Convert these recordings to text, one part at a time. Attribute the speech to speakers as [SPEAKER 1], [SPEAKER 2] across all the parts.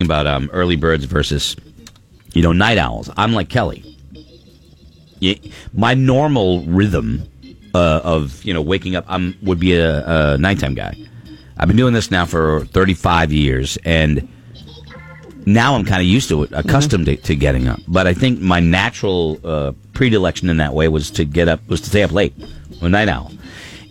[SPEAKER 1] about um, early birds versus you know night owls. I'm like Kelly. Yeah, my normal rhythm uh, of you know waking up I'm would be a, a nighttime guy. I've been doing this now for 35 years, and now I'm kind of used to it, accustomed to, to getting up. But I think my natural uh, predilection in that way was to get up, was to stay up late, a night owl.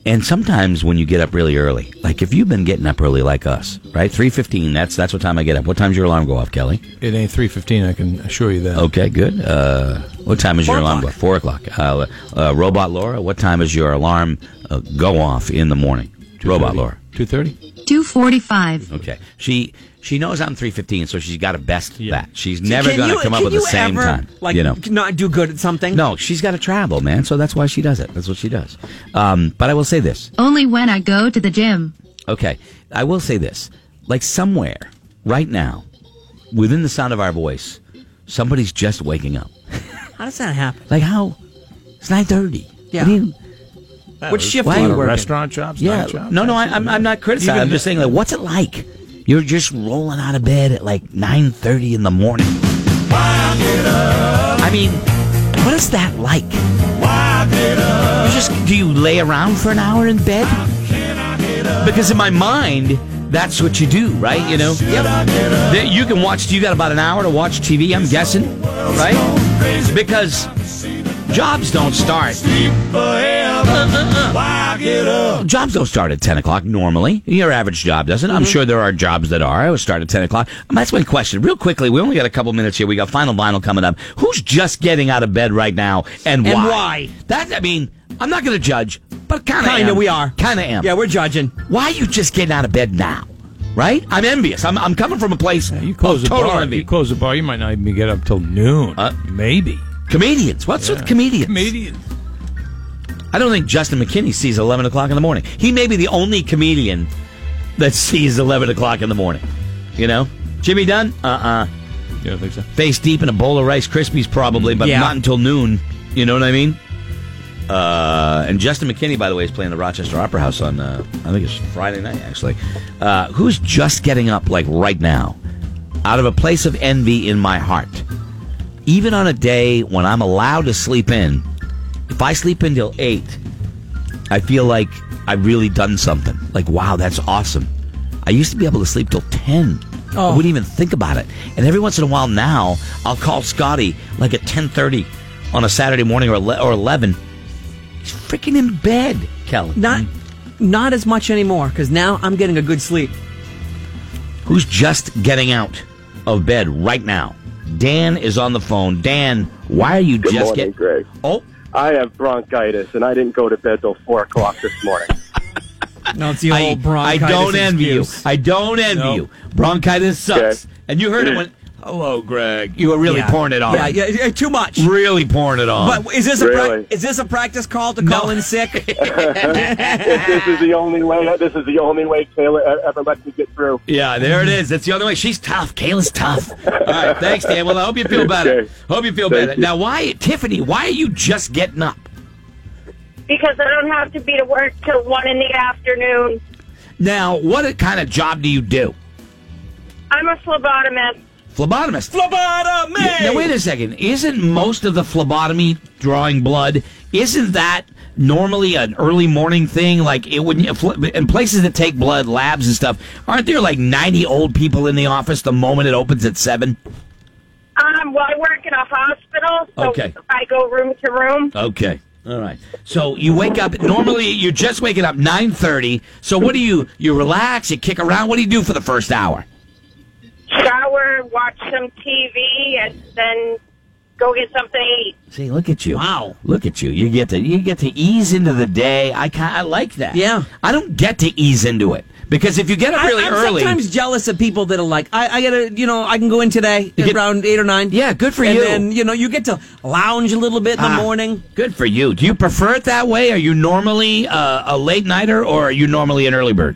[SPEAKER 1] And sometimes when you get up really early, like if you've been getting up early like us, right? Three fifteen. That's that's what time I get up. What time's your alarm go off, Kelly?
[SPEAKER 2] It ain't three fifteen. I can assure you that.
[SPEAKER 1] Okay, good. Uh, what time is your alarm go off? Four o'clock. Uh, uh, Robot Laura, what time is your alarm uh, go off in the morning? Robot Laura.
[SPEAKER 2] Two thirty.
[SPEAKER 3] 245.
[SPEAKER 1] Okay. She she knows I'm 315, so she's got to best that. She's never
[SPEAKER 4] Can
[SPEAKER 1] going
[SPEAKER 4] you-
[SPEAKER 1] to come up
[SPEAKER 4] can
[SPEAKER 1] with the
[SPEAKER 4] you
[SPEAKER 1] same
[SPEAKER 4] ever,
[SPEAKER 1] time.
[SPEAKER 4] Like,
[SPEAKER 1] you know.
[SPEAKER 4] not do good at something.
[SPEAKER 1] No, she's got to travel, man. So that's why she does it. That's what she does. Um, but I will say this.
[SPEAKER 3] Only when I go to the gym.
[SPEAKER 1] Okay, I will say this. Like somewhere right now, within the sound of our voice, somebody's just waking up.
[SPEAKER 4] How does that happen?
[SPEAKER 1] Like how? It's nine thirty.
[SPEAKER 4] Yeah. What shift
[SPEAKER 1] why
[SPEAKER 4] do
[SPEAKER 1] you
[SPEAKER 4] you
[SPEAKER 1] working?
[SPEAKER 4] work?
[SPEAKER 2] Restaurant jobs.
[SPEAKER 1] Yeah.
[SPEAKER 2] night jobs,
[SPEAKER 1] No, no. I,
[SPEAKER 2] absolutely.
[SPEAKER 1] I'm I'm not criticizing.
[SPEAKER 2] Even-
[SPEAKER 1] I'm just saying like, what's it like? You're just rolling out of bed at like nine thirty in the morning. I mean, what is that like? You just do you lay around for an hour in bed? Because in my mind, that's what you do, right? You know, yep. That You can watch. You got about an hour to watch TV. I'm guessing, right? Because jobs don't start. Well, jobs don't start at 10 o'clock normally. Your average job doesn't. I'm
[SPEAKER 4] Mm-hmm.
[SPEAKER 1] sure there are jobs that are. I would start at 10 o'clock. Um, That's my question. Real quickly, we only got a couple minutes here. We got final vinyl coming up. Who's just getting out of bed right now and why?
[SPEAKER 4] And why?
[SPEAKER 1] That, I mean, I'm not going to judge, but kind of
[SPEAKER 4] Kinda, we are.
[SPEAKER 1] Kind of am.
[SPEAKER 4] Yeah, we're judging.
[SPEAKER 1] why are you just getting out of bed now? Right? I'm envious. I'm, I'm coming from a place
[SPEAKER 2] You close
[SPEAKER 1] of
[SPEAKER 2] the
[SPEAKER 1] total
[SPEAKER 2] bar.
[SPEAKER 1] envy.
[SPEAKER 2] You close the bar. You might not even get up till noon.
[SPEAKER 1] Uh,
[SPEAKER 2] Maybe.
[SPEAKER 1] comedians. What's with comedians?
[SPEAKER 2] Comedians.
[SPEAKER 1] I don't think Justin McKinney sees 11 o'clock in the morning. He may be the only comedian that sees 11 o'clock in the morning. You know? Jimmy Dunn? Uh uh
[SPEAKER 2] Yeah, I think so.
[SPEAKER 1] Face deep in a bowl of Rice Krispies, probably, but
[SPEAKER 4] Yeah.
[SPEAKER 1] not until noon. You know what I mean? Uh, and Justin McKinney, by the way, is playing the Rochester Opera House on, uh, I think it's Friday night, actually. Uh, who's just getting up, like, right now? Out of a place of envy in my heart. Even on a day when I'm allowed to sleep in, if I sleep in till 8, I feel like I've really done something. Like, wow, that's awesome. I used to be able to sleep till 10. I wouldn't even think about it. And every once in a while now, I'll call Scotty like at 10.30 on a Saturday morning or, ele- or 11. He's freaking in bed, Kelly.
[SPEAKER 4] Not, not as much anymore because now I'm getting a good sleep.
[SPEAKER 1] Who's just getting out of bed right now? Dan is on the phone. Dan, why are you
[SPEAKER 5] Good
[SPEAKER 1] just
[SPEAKER 5] morning,
[SPEAKER 1] getting...
[SPEAKER 5] Greg.
[SPEAKER 1] Oh,
[SPEAKER 5] I have bronchitis, and I didn't go to bed till four o'clock this morning.
[SPEAKER 4] No, it's the
[SPEAKER 1] I,
[SPEAKER 4] old
[SPEAKER 1] I
[SPEAKER 4] bronchitis
[SPEAKER 1] don't envy you.
[SPEAKER 4] excuse.
[SPEAKER 1] I don't envy
[SPEAKER 2] No.
[SPEAKER 1] you. Bronchitis sucks.
[SPEAKER 5] Okay.
[SPEAKER 1] And you heard it when... Hello, Greg. You were really
[SPEAKER 4] Yeah.
[SPEAKER 1] pouring it on.
[SPEAKER 4] Yeah, yeah, yeah, too much.
[SPEAKER 1] really pouring it on.
[SPEAKER 4] But is this a prac-
[SPEAKER 5] Really?
[SPEAKER 4] is this a practice call to call in sick?
[SPEAKER 5] if this is the only way, this is the only way Taylor e- ever lets me get through.
[SPEAKER 1] yeah, there it is. That's the only way. She's tough. Kayla's tough. All right, thanks, Dan. Well, I hope you feel better.
[SPEAKER 5] Okay.
[SPEAKER 1] Hope you feel
[SPEAKER 5] Thank
[SPEAKER 1] better.
[SPEAKER 5] you.
[SPEAKER 1] Now, why, Tiffany? Why are you just getting up?
[SPEAKER 6] because I don't have to be to work till one in the afternoon.
[SPEAKER 1] Now, what kind of job do you do?
[SPEAKER 6] I'm a phlebotomist.
[SPEAKER 1] Phlebotomist.
[SPEAKER 4] Phlebotomy.
[SPEAKER 1] Now, wait a second. Isn't most of the phlebotomy drawing blood? Isn't that normally an early morning thing? Like it would in places that take blood, labs and stuff. Aren't there like ninety old people in the office the moment it opens at seven?
[SPEAKER 6] Um, well, I work in a hospital, so
[SPEAKER 1] Okay. Uh.
[SPEAKER 6] I go room to room.
[SPEAKER 1] Okay. All right. So you wake up normally you're just waking up 9:30. So what do you you relax, you kick around, what do you do for the first hour?
[SPEAKER 6] shower, watch some TV, and then go get something to eat.
[SPEAKER 1] See, look at you.
[SPEAKER 4] Wow.
[SPEAKER 1] Look at you. You get to you get to ease into the day. I kind I like that.
[SPEAKER 4] Yeah.
[SPEAKER 1] I don't get to ease into it because if you get up
[SPEAKER 4] I-
[SPEAKER 1] really
[SPEAKER 4] I'm
[SPEAKER 1] early
[SPEAKER 4] sometimes jealous of people that are like, I, I gotta, you know, I can go in today
[SPEAKER 1] You get-
[SPEAKER 4] around eight or nine.
[SPEAKER 1] Yeah, good for
[SPEAKER 4] and
[SPEAKER 1] you.
[SPEAKER 4] And then you know, you get to lounge a little bit in
[SPEAKER 1] Ah,
[SPEAKER 4] the morning.
[SPEAKER 1] Good for you. Do you prefer it that way? Are you normally uh, a late nighter or are you normally an early bird?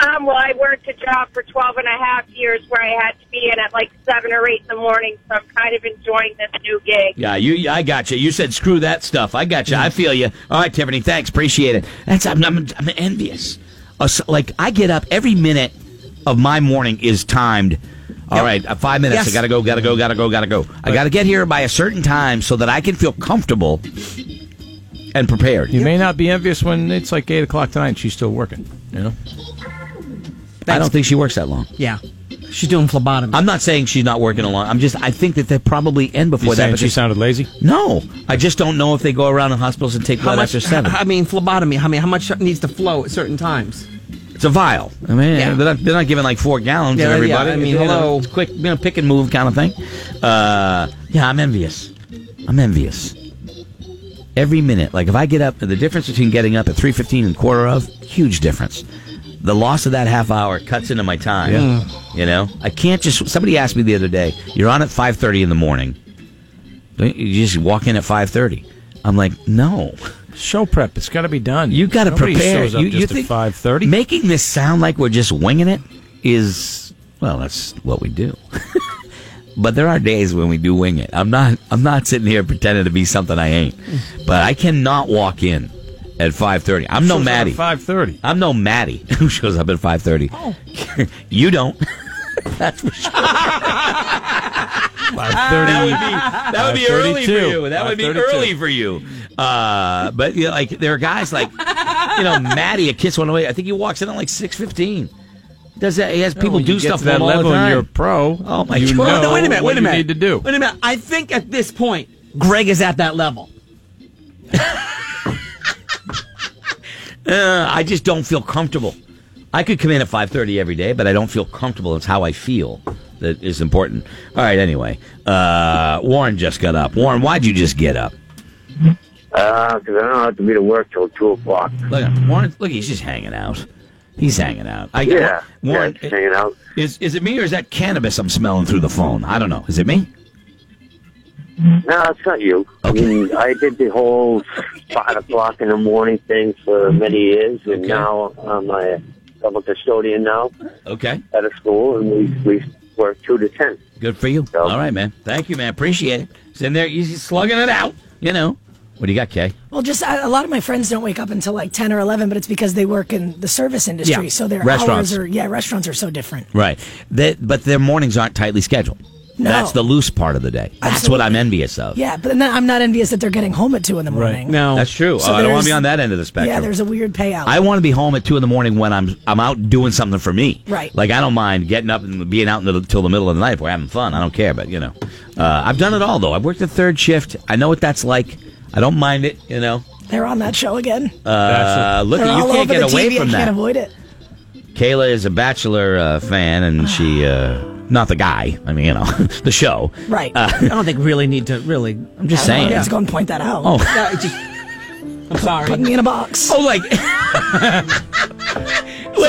[SPEAKER 6] Um, well, I worked a job for 12 and a half years where I had to be in at like 7 or 8 in the morning, so I'm kind of enjoying this new gig.
[SPEAKER 1] Yeah, you. I got you. You said screw that stuff. I got you. I feel you. All right, Tiffany. Thanks. Appreciate it. That's I'm, I'm, I'm envious. Us- like I get up every minute of my morning is timed All right, uh, five minutes.
[SPEAKER 4] Yes.
[SPEAKER 1] I gotta go. Gotta go. Gotta go. Gotta go. I gotta get here by a certain time so that I can feel comfortable and prepared.
[SPEAKER 2] You may not be envious when it's like eight o'clock tonight and she's still working. You know,
[SPEAKER 1] I don't think she works that long.
[SPEAKER 4] Yeah. She's doing phlebotomy.
[SPEAKER 1] I'm not saying she's not working along. I'm just. I think that they probably end before
[SPEAKER 2] you
[SPEAKER 1] that.
[SPEAKER 2] saying
[SPEAKER 1] but
[SPEAKER 2] she
[SPEAKER 1] this-
[SPEAKER 2] sounded lazy.
[SPEAKER 1] no, I just don't know if they go around in hospitals and take blood after seven.
[SPEAKER 4] I mean, phlebotomy. I mean, how much needs to flow at certain times?
[SPEAKER 1] It's a vial. I mean,
[SPEAKER 4] Yeah.
[SPEAKER 1] they're, not, they're not giving like four gallons
[SPEAKER 4] Yeah,
[SPEAKER 1] to
[SPEAKER 4] yeah,
[SPEAKER 1] everybody.
[SPEAKER 4] I mean,
[SPEAKER 1] You know,
[SPEAKER 4] hello.
[SPEAKER 1] it's quick, you know, pick and move kind of thing. Uh, yeah, I'm envious. I'm envious. Every minute, like if I get up, the difference between getting up at three fifteen and quarter of, huge difference. The loss of that half hour cuts into my time. You know, I can't just. Somebody asked me the other day, "You're on at five thirty in the morning. Don't you you just walk in at five 30. I'm like, "No."
[SPEAKER 2] Show prep. It's got to be done.
[SPEAKER 1] You got to
[SPEAKER 2] Nobody
[SPEAKER 1] prepare.
[SPEAKER 2] Shows up
[SPEAKER 1] you,
[SPEAKER 2] just
[SPEAKER 1] you
[SPEAKER 2] at five thirty.
[SPEAKER 1] Making this sound like we're just winging it is well, that's what we do. but there are days when we do wing it. I'm not. I'm not sitting here pretending to be something I ain't. But I cannot walk in at five thirty. I'm no Maddie.
[SPEAKER 2] Five thirty.
[SPEAKER 1] I'm no Maddie who shows up at five thirty. you don't. That's for sure.
[SPEAKER 2] Five thirty.
[SPEAKER 1] That would be
[SPEAKER 2] Uh,
[SPEAKER 1] early for
[SPEAKER 2] 5:32.
[SPEAKER 1] you. That would be
[SPEAKER 2] 5:32.
[SPEAKER 1] early for you. Uh, but you know, like there are guys like you know Maddie, a kiss one away. I think he walks in at like six fifteen. Does that? He has people
[SPEAKER 2] Well,
[SPEAKER 1] do
[SPEAKER 2] you get
[SPEAKER 1] stuff
[SPEAKER 2] to
[SPEAKER 1] for
[SPEAKER 2] that
[SPEAKER 1] him all the
[SPEAKER 2] level and
[SPEAKER 1] time.
[SPEAKER 2] you're a pro.
[SPEAKER 1] Oh, my
[SPEAKER 2] you
[SPEAKER 1] God.
[SPEAKER 2] Know
[SPEAKER 1] No,
[SPEAKER 4] wait a minute.
[SPEAKER 2] what
[SPEAKER 4] Wait a minute.
[SPEAKER 2] You need to do.
[SPEAKER 4] Wait a minute. I think at this point, Greg is at that level.
[SPEAKER 1] Uh, I just don't feel comfortable. I could come in at five thirty every day, but I don't feel comfortable. It's how I feel that is important. All right. Anyway, uh, Warren just got up. Warren, why'd you just get up?
[SPEAKER 7] Uh, 'cause I don't have to be to work till two o'clock.
[SPEAKER 1] Look, at him. Warren. Look, he's just hanging out. He's hanging out. I,
[SPEAKER 7] Yeah,
[SPEAKER 1] Warren.
[SPEAKER 7] yeah, just hanging out.
[SPEAKER 1] Is is it me or is that cannabis I'm smelling through the phone? I don't know. Is it me?
[SPEAKER 7] No, it's not you. I mean, I did the whole five o'clock in the morning thing for many years, and
[SPEAKER 1] Okay.
[SPEAKER 7] now I'm a double custodian now
[SPEAKER 1] Okay.
[SPEAKER 7] at a school, and we we work two to ten.
[SPEAKER 1] Good for you.
[SPEAKER 7] No.
[SPEAKER 1] All right, man. Thank you, man. Appreciate it. It's in there. He's slugging it out. You know. What do you got, Kay?
[SPEAKER 8] Well, just I, a lot of my friends don't wake up until like ten or eleven, but it's because they work in the service industry,
[SPEAKER 1] Yeah.
[SPEAKER 8] so their
[SPEAKER 1] Restaurants.
[SPEAKER 8] hours are yeah, restaurants are so different.
[SPEAKER 1] Right. That, but their mornings aren't tightly scheduled.
[SPEAKER 8] No.
[SPEAKER 1] That's the loose part of the day. That's what I'm envious of.
[SPEAKER 8] Yeah, but then I'm not envious that they're getting home at two in the morning.
[SPEAKER 4] No.
[SPEAKER 1] That's true.
[SPEAKER 8] So
[SPEAKER 1] Oh, I don't want to be
[SPEAKER 8] there's-
[SPEAKER 1] on that end of the spectrum.
[SPEAKER 8] yeah, there's a weird payout.
[SPEAKER 1] I want to be home at two in the morning when I'm I'm out doing something for me.
[SPEAKER 8] Right.
[SPEAKER 1] Like I don't mind getting up and being out until the, till the middle of the night if we're having fun. I don't care, but you know, uh, I've done it all though. I've worked a third shift. I know what that's like. I don't mind it. You know.
[SPEAKER 8] They're on that show again.
[SPEAKER 1] Uh, look,
[SPEAKER 8] They're
[SPEAKER 1] you
[SPEAKER 8] all
[SPEAKER 1] can't
[SPEAKER 8] over
[SPEAKER 1] get
[SPEAKER 8] the
[SPEAKER 1] away
[SPEAKER 8] TV.
[SPEAKER 1] from
[SPEAKER 8] I
[SPEAKER 1] that.
[SPEAKER 8] can't avoid it.
[SPEAKER 1] Kayla is a Bachelor uh, fan, and she uh, not the guy. I mean, you know, the show.
[SPEAKER 8] Right.
[SPEAKER 4] I don't think really need to really.
[SPEAKER 1] I'm just Uh, saying.
[SPEAKER 8] Let's go and point that out.
[SPEAKER 1] Oh.
[SPEAKER 4] Yeah, it just- I'm
[SPEAKER 8] Put
[SPEAKER 4] sorry.
[SPEAKER 8] me in a box.
[SPEAKER 1] Oh, like.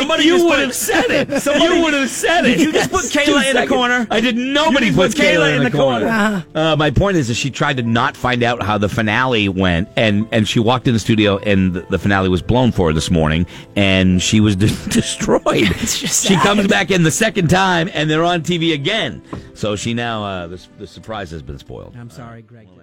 [SPEAKER 1] Like you would have said it. you would have said it. You
[SPEAKER 4] just put Kayla in the corner.
[SPEAKER 1] I did. Nobody
[SPEAKER 4] You
[SPEAKER 1] put
[SPEAKER 4] just put
[SPEAKER 1] Kayla, in the corner. Uh, my point is that she tried to not find out how the finale went, and and she walked in the studio, and the, the finale was blown for her this morning, and she was de- destroyed.
[SPEAKER 8] just
[SPEAKER 1] She
[SPEAKER 8] sad.
[SPEAKER 1] comes back in the second time, and they're on TV again. So she now uh, the, s- the surprise has been spoiled.
[SPEAKER 4] I'm sorry, Greg.